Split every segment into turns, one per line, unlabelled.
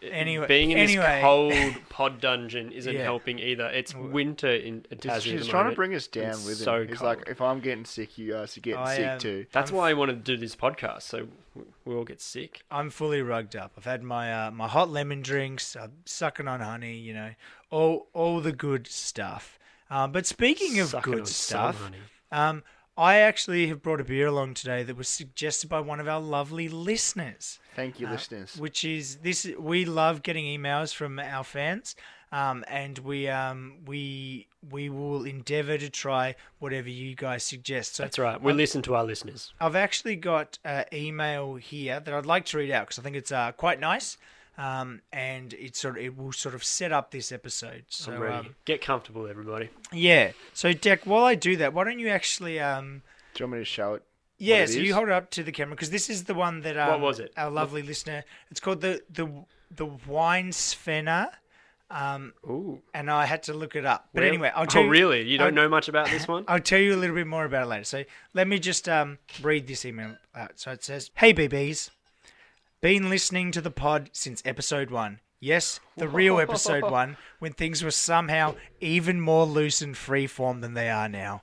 Anyway,
Being in
anyway,
this cold pod dungeon isn't
Yeah.
helping either. It's winter in Tassie.
He's,
at
he's
the
trying to
moment.
bring us down
It's
with him.
so
he's
cold.
like, if I'm getting sick, you guys are getting
I
sick
am-
too.
That's why I wanted to do this podcast, so w- we all get sick.
I'm fully rugged up. I've had my uh, my hot lemon drinks. I'm sucking on honey. You know, all all the good stuff. Um, but speaking of
Sucking on
good
some
stuff,
honey.
um, I actually have brought a beer along today that was suggested by one of our lovely listeners.
Thank you,
uh,
listeners.
Which is this? We love getting emails from our fans, um, and we um, we we will endeavour to try whatever you guys suggest. So
That's right. We listen to our listeners.
I've actually got an email here that I'd like to read out because I think it's uh, quite nice, um, and it sort of, it will sort of set up this episode. So
I'm ready.
um,
Get comfortable, everybody.
yeah. So Deck, while I do that, why don't you actually um,
Do you want me to show it?
yeah,
what it
so you
is?
hold it up to the camera because this is the one that um,
What was it?
Our lovely listener. It's called the the the wine Svenna, um,
Ooh.
and I had to look it up. But
Well-
anyway, I'll tell
oh,
you.
really? You don't
I'll-
know much about this one?
I'll tell you a little bit more about it later. So let me just um, read this email out. So it says, "Hey BBs, been listening to the pod since episode one. Yes, the real episode one, when things were somehow even more loose and freeform than they are now.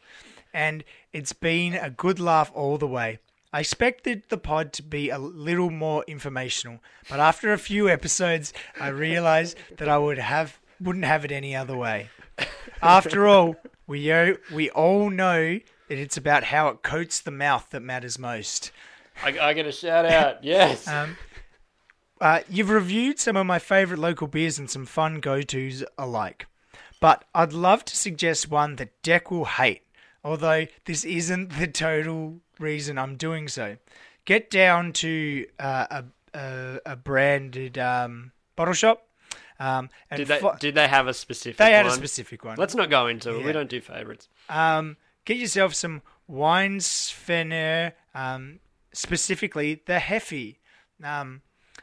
And it's been a good laugh all the way. I expected the pod to be a little more informational, but after a few episodes, I realized that I would have wouldn't have it any other way. After all, we o- we all know that it's about how it coats the mouth that matters most.
I, I get a shout out. Yes.
Um, uh, you've reviewed some of my favourite local beers and some fun go tos alike, but I'd love to suggest one that Deck will hate. Although this isn't the total reason I'm doing so, get down to uh, a, a a branded um, bottle shop. Um, and
did they
fo-
did they have a specific?
They had a
one?
specific one.
Let's not go into it.
Yeah.
We don't do favorites.
um, get yourself some Weinsfener, um, specifically the Heffy. Um,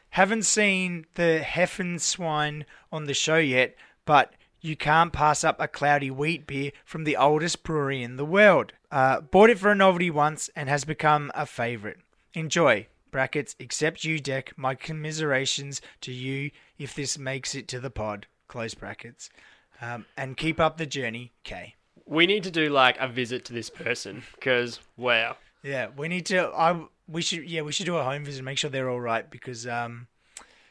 haven't seen the Heffen swine on the show yet, but you can't pass up a cloudy wheat beer from the oldest brewery in the world. Uh, bought it for a novelty once and has become a favourite. Enjoy. Brackets, except you, Deck. My commiserations to you if this makes it to the pod. Close brackets. Um, and keep up the journey, K.
We need to do like a visit to this person because wow,
Yeah, we need to. I we should yeah we should do a home visit and make sure they're all right because um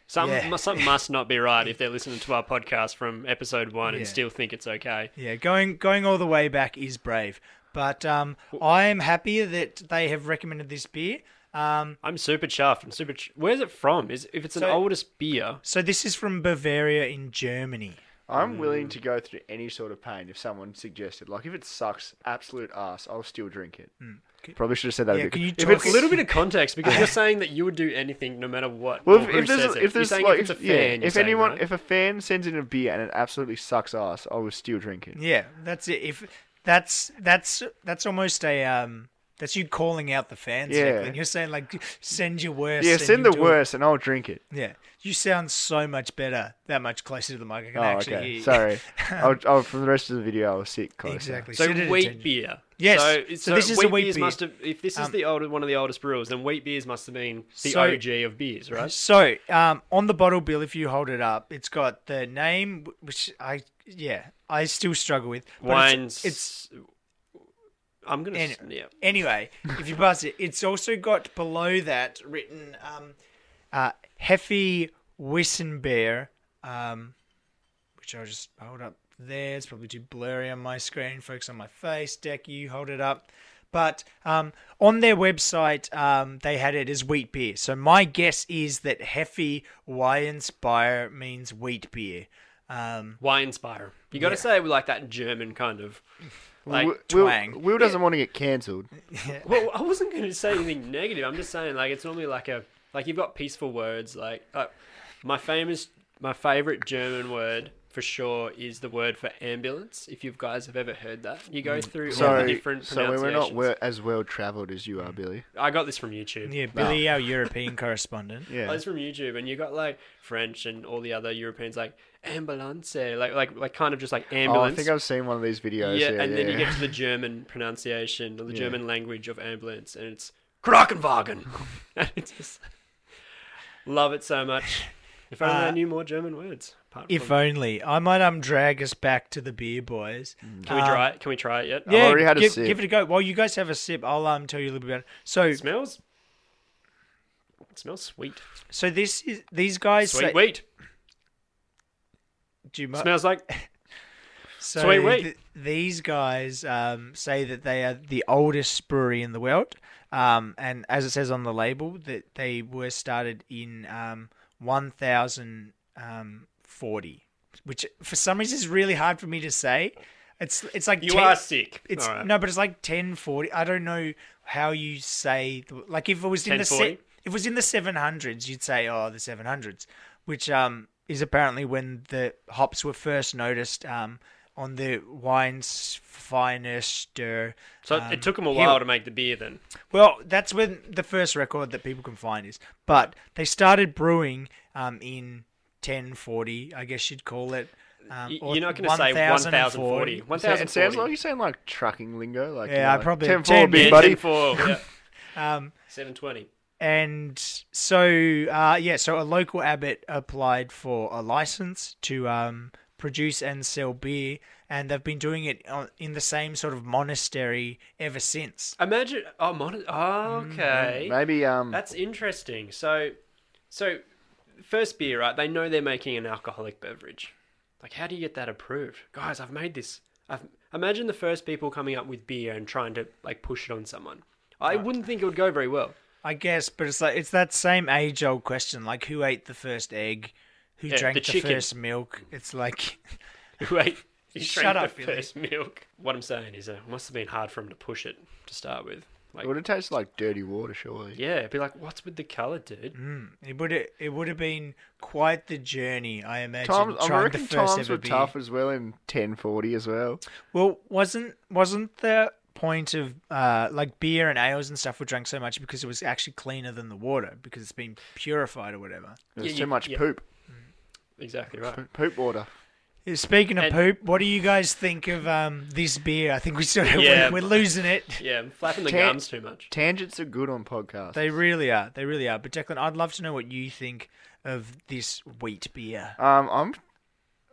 Some
Yeah.
mu- some must not be right if they're listening to our podcast from episode one
Yeah.
and still think it's okay.
yeah going going all the way back is brave but um I am happy that they have recommended this beer um
I'm super chuffed. I'm super. Ch- Where's it from? Is if it's an
So-
oldest beer.
so this is from Bavaria in Germany
I'm willing
Mm.
to go through any sort of pain if someone suggested. Like, if it sucks absolute ass, I'll still drink it.
Mm.
Probably should have said that.
Yeah,
a bit.
can you
if
talk-
it's
A little bit of context because you're saying that you would do anything no matter what.
Well,
or
if,
who
if there's,
says it.
if
You're
there's
saying
like,
if it's a
if, yeah,
fan, you're
if
saying,
anyone,
right?
if a fan sends in a beer and it absolutely sucks ass, I will still drink it.
yeah that's it if that's that's that's almost a um that's you calling out the fans
Yeah.
Declan. you're saying like send your worst
Yeah,
and
send
you
the
do it.
worst and I'll drink it.
yeah you sound so much better that much closer to the mic I can
Oh,
actually hear
okay.
you.
Sorry. I'll, I'll, for the rest of the video, I will sit closer.
exactly
So
Sit at
wheat
attention.
beer.
Yes.
So,
So
so
this is a
wheat,
wheat
beers
beer. Um,
must have. If this is the older one of the oldest brewers, then wheat beers must have been the
So-
OG of beers, right?
So, um, on the bottle bill, if you hold it up, it's got the name, wh- which I yeah, I still struggle with. but it's-
Wines.
It's,
I'm gonna.
an-
s- yeah.
anyway. if you buzz it, it's also got below that written um, uh, Heffy Wissenbeer, um, which I'll just hold up there. It's probably too blurry on my screen. Focus on my face. Deck, you hold it up. But um, on their website, um, they had it as wheat beer. So my guess is that Heffy Weihenbier means wheat beer. Um,
Wine spire. You got to say it with like that German kind of.
Wi-
Like,
Will,
twang.
Will doesn't want to get cancelled.
well, I wasn't going to say anything negative. I'm just saying like it's normally like a like you've got peaceful words like uh, my famous my favorite German word for sure is the word for ambulance. If you guys have ever heard that, you go
Mm.
through all the
So,
different
so we
pronunciations.
we're not we as well travelled as you are, Billy.
I got this from YouTube.
yeah, Billy, our European correspondent.
Yeah.
Oh, it's from YouTube, and you got like French and all the other Europeans like ambulance, like like like kind of just like
Oh, I
ambulance.
think I've seen one of these videos.
yeah,
Yeah,
and then you
yeah.
get to the German pronunciation, or the German language of ambulance, and it's Krankenwagen. and it's just love it so much. If only I knew more German words. Apart
If
from,
only I might um drag us back to the beer boys. Um,
can we try it? Can we try it yet?
Yeah,
already had a
give,
sip.
give it a go. While you guys have a sip, I'll um tell you a little bit about it. So,
Oh, It smells. It smells sweet.
so this is these guys.
Sweet
say,
wheat.
Do you mu-
smells like
so
sweet wheat.
th- these guys um say that they are the oldest brewery in the world. Um, and as it says on the label, that they were started in um one thousand um forty, which for some reason is really hard for me to say. It's it's like
you
ten-
are sick.
It's
All right.
no, but it's like ten forty. I don't know how you say the- like if it was in the se-
1040?
if it was in the seven hundreds, you'd say oh the seven hundreds, which um is apparently when the hops were first noticed um on the wines finest. uh,
So
um,
it- it took them a while to make the beer. Then
Well, that's when the first record that people can find is. But they started brewing um in ten forty, I guess you'd call it. Um,
Y-
or
you're not going to say
1040.
1040. 1040.
it sounds like you sound like trucking lingo. Like,
Yeah,
you know,
I
like,
probably-
10
10
big
Yeah,
buddy.
1040, yeah.
Um,
720.
And so, uh, yeah, so a local abbot applied for a license to um, produce and sell beer, and they've been doing it on- in the same sort of monastery ever since.
Imagine. Oh, mon- oh
Mm,
okay.
Maybe um,
That's interesting. So, so first beer, right? They know they're making an alcoholic beverage. Like, how do you get that approved, guys? I've made this. I've imagine the first people coming up with beer and trying to like push it on someone. I wouldn't think it would go very well.
I guess, but it's like it's that same age-old question, like who ate the first egg, who
Yeah,
drank
the
the,
chicken.
first milk. It's like,
Wait. He
Shut
drank the
up, Billy.
first milk. What I'm saying is, uh, it must have been hard for him to push it to start with. Like,
it would have tasted like dirty water, surely.
yeah, it'd be like, what's with the color, dude?
Mm.
it would it would have been quite the journey, I imagine.
Times, I
trying the
reckon
first
times
ever
were
beer.
tough as well in 1040 as well.
Well, wasn't wasn't the point of uh, like beer and ales and stuff were drank so much because it was actually cleaner than the water because it's been purified or whatever.
There's
Yeah,
too
you-
much
yeah.
poop.
Exactly right.
Poop water.
Uh, Speaking of
And-
poop, what do you guys think of um, this beer? I think we sort of
Yeah.
we're, we're losing it.
Yeah, I'm flapping the
Tan-
gums too much.
Tangents are good on podcasts.
They really are. They really are. But Declan, I'd love to know what you think of this wheat beer.
Um, I'm,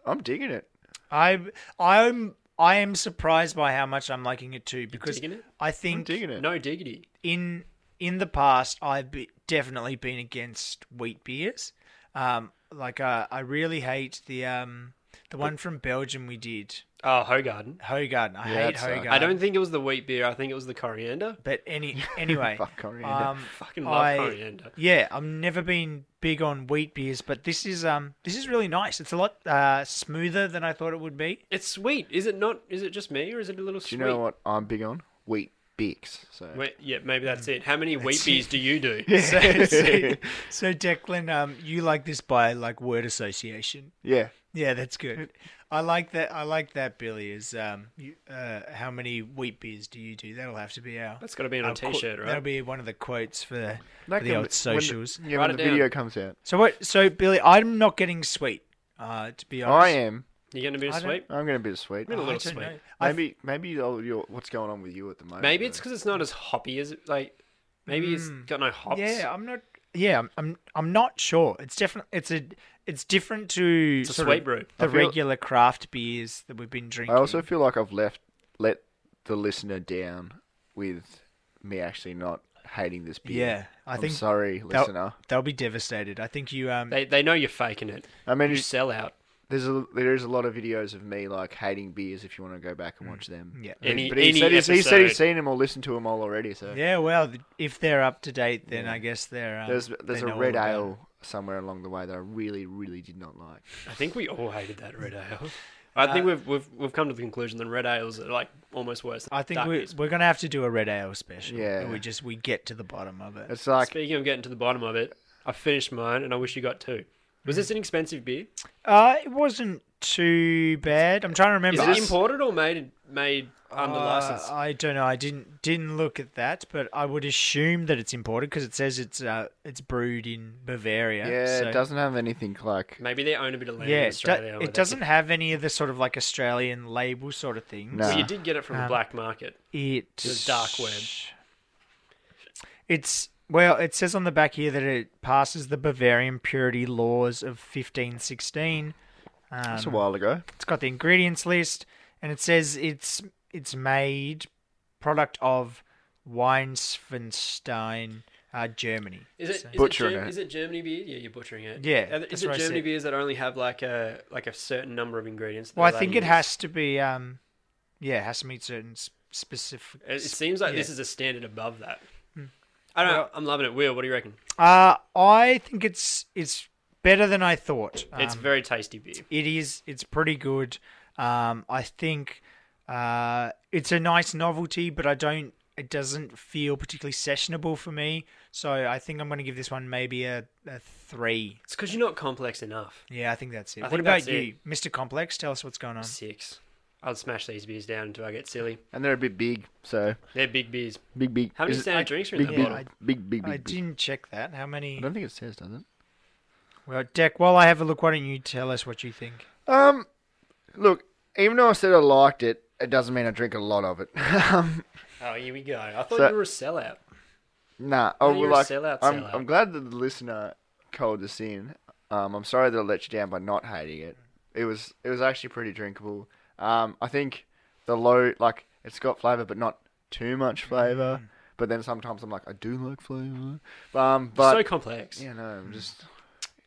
I'm digging it.
I I'm I am surprised by how much I'm liking it too because
digging it?
I think
Digging it.
No diggity.
in in the past, I've be- definitely been against wheat beers. Um, like uh, I really hate the um, the one from Belgium we did
Oh, Hogarden.
Hogarden. I
Yeah,
hate
that sucks.
Hogarden.
I don't think it was the wheat beer. I think it was the coriander.
But any anyway,
Fuck coriander.
Um,
Fucking love
I-
coriander.
Yeah, I've never been big on wheat beers, but this is um this is really nice. It's a lot uh, smoother than I thought it would be.
It's sweet. Is it not? Is it just me or is it a little
Do
sweet?
you know what I'm big on? Wheat Bix. So
Wait, yeah, maybe that's
Mm.
it. How many wheat beers do you do?
So, so, so Declan, um, you like this by like word association.
yeah,
Yeah, that's good. I like that. I like that. Billy is um, you, uh, how many wheat beers do you do? That'll have to be our.
That's got to be on a
our quote-
t-shirt,
That'll
right?
be one of the quotes for,
Like
for the
when-
old socials.
When the, yeah,
Write
when
it
the
down.
video comes out.
So what? So Billy, I'm not getting sweet. Uh, to be honest,
I am.
You getting a bit of
I don't-
sweet?
I'm going to be sweet.
Been a little
I don't
sweet.
know. I
Maybe maybe you'll- you'll- what's going on with you at the moment?
Maybe it's
though.
because it's not as hoppy as like. Maybe it's
Mm.
got no hops.
Yeah, I'm not. Yeah, I'm. I'm, I'm not sure. It's definitely. It's a. It's different to
It's a
sort
sweet
of
brew.
the
I feel-
regular craft beers that we've been drinking.
I also feel like I've left let the listener down with me actually not hating this beer.
Yeah, I
I'm
think
sorry,
they'll,
listener.
They'll be devastated. I think you. Um.
They they know you're faking it.
I mean,
You
it's-
sell out.
there's a, there is a lot of videos of me like hating beers. If you want to go back and watch them,
Yeah.
But,
Any-
but he
any
said he's, he said he's
episode.
seen them or listened to them all already. So
yeah. Well, if they're up to date, then I guess they're. Um,
there's
they
there's
know
a
all
red
about it.
ale somewhere along the way that I really really did not like.
I think we all hated that red ale. I
Uh,
think we've we've we've come to the conclusion that red ales are like almost worse. Than
I think
dark
we,
beers.
we're gonna have to do a red ale special.
Yeah.
where we just we get to the bottom of it.
It's like
Speaking of getting to the bottom of it, I finished mine, and I wish you got two. Was this an expensive beer?
Uh, it wasn't too bad. I'm trying to remember.
Is
I-
it imported or made made under
Uh,
license?
I don't know. I didn't didn't look at that, but I would assume that it's imported because it says it's uh, it's brewed in Bavaria.
yeah,
so-
it doesn't have anything like
Maybe they own a bit of land
Yeah,
in
it, do-
Australia.
it doesn't have any of the sort of like Australian label sort of things.
No.
Well, you did get it from
um,
the black market.
It
The dark web.
It's well, it says on the back here that it passes the Bavarian purity laws of 1516.
that's
Um,
a while ago.
It's got the ingredients list, and it says it's it's made product of Weinsfenstein, uh, Germany.
Is it, is,
Butchering
it, Ger-
it.
is it Germany beer? Yeah, you're butchering it.
Yeah,
Are th-
that's
Is it
what I
Germany
said.
beers that only have like a like a certain number of ingredients? that
Well, I
they
think it
use?
has to be. Um, yeah, it has to meet certain s- specific.
It, it seems like this is a standard above that. I don't. know. I'm loving it. Will, what do you reckon?
Uh, I think it's it's better than I thought.
it's
Um,
very tasty beer.
it is. It's pretty good. Um, I think uh, it's a nice novelty, but I don't. It doesn't feel particularly sessionable for me. So I think I'm going to give this one maybe a, a three.
It's because you're not complex enough.
Yeah, I think that's it.
I
what
think
about
that's
you, Mr. Complex? Tell us what's going on.
Six. I'll smash these beers down until I get silly.
And they're a bit big, so
They're big beers.
big big.
How many
is it-
standard drinks are in
big,
that
big,
bottle?
Big big big.
I
big.
didn't check that. How
I
many?
don't think it says, does it?
Well, Deck, while I have a look, why don't you tell us what you think?
Um, look, even though I said I liked it, it doesn't mean I drink a lot of it. um,
Oh, here we go. I thought
So-
you were a sellout.
nah, I
No,
would
Oh, you're a
like.
sellout,
I'm,
sellout.
I'm glad that the listener called this in. Um, I'm sorry that I let you down by not hating it. It was it was actually pretty drinkable. Um, I think the low like it's got flavor, but not too much
Mm.
flavor. But then sometimes I'm like, I do like flavor. Um, but
you're so Mm. complex.
yeah, no, I'm just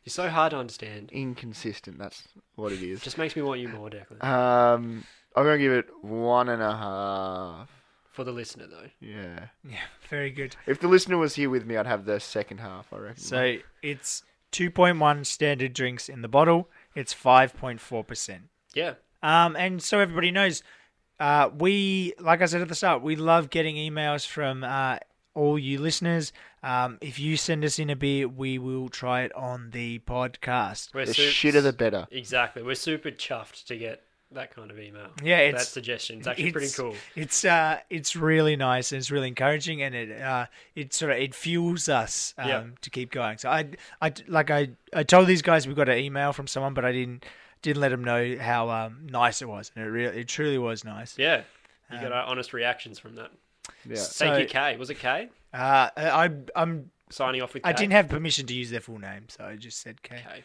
You're so hard to understand.
inconsistent. That's what it is.
Just makes me want you more, Declan.
Um, I'm gonna give it one and a half.
For the listener, though.
Yeah.
Yeah, very good.
If the listener was here with me, I'd have the second half, I reckon.
So it's 2.1 standard drinks in the bottle. It's 5.4%.
Yeah.
Um, and so everybody knows, uh, we, like I said at the start, we love getting emails from uh, all you listeners. Um, if you send us in a beer, we will try it on the podcast.
We're
the
su-
shitter the better.
Exactly. We're super chuffed to get that kind of email.
Yeah, it's-
that suggestion. It's actually pretty cool.
It's uh, it's really nice. And it's really encouraging, and it uh, it sort of it fuels us um,
Yeah.
to keep going. So I, I like I, I told these guys we got an email from someone, but I didn't didn't let them know how um, nice it was, and it really it truly was nice.
Yeah. You got our honest reactions from that.
Yeah.
Thank
So-
you, Kay. Was it Kay?
Uh, I I'm
Signing off with Kay.
I didn't have permission to use their full name, so I just said K.
Kay.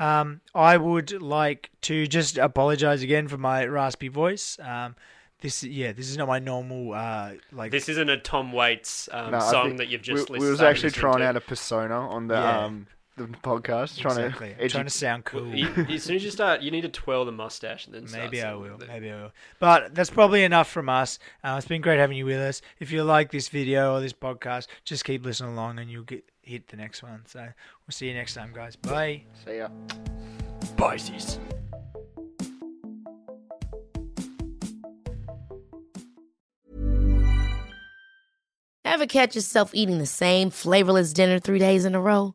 Um, I would like to just apologize again for my raspy voice. Um, This yeah, this is not my normal uh like
This isn't a Tom Waits um,
No, I
song
think
that you've just
we,
listened
we was
started
actually
listening
trying
to.
out a persona on the
Yeah.
um the podcast, trying
exactly.
to edu-
trying to sound cool.
You- as soon as you start, you need to twirl the mustache and then start
Maybe I
singing
will.
the-
Maybe I will. But that's probably enough from us. Uh, it's been great having you with us. If you like this video or this podcast, just keep listening along and you'll get hit the next one. So we'll see you next time, guys. Bye.
see ya.
Pisces.
Ever catch yourself eating the same flavorless dinner three days in a row?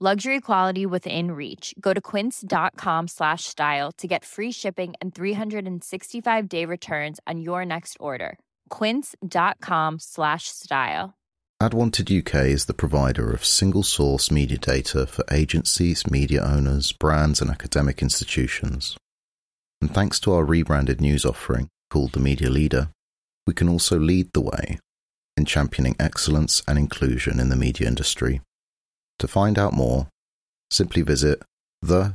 Luxury quality within reach. Go to quince.com slash style to get free shipping and 365 day returns on your next order. Quince.com slash style.
AdWanted UK is the provider of single source media data for agencies, media owners, brands, and academic institutions. And thanks to our rebranded news offering called The Media Leader, we can also lead the way in championing excellence and inclusion in the media industry. To find out more, simply visit the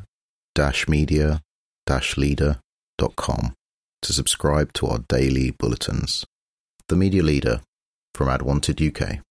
media leader.com to subscribe to our daily bulletins. The Media Leader from AdWanted UK.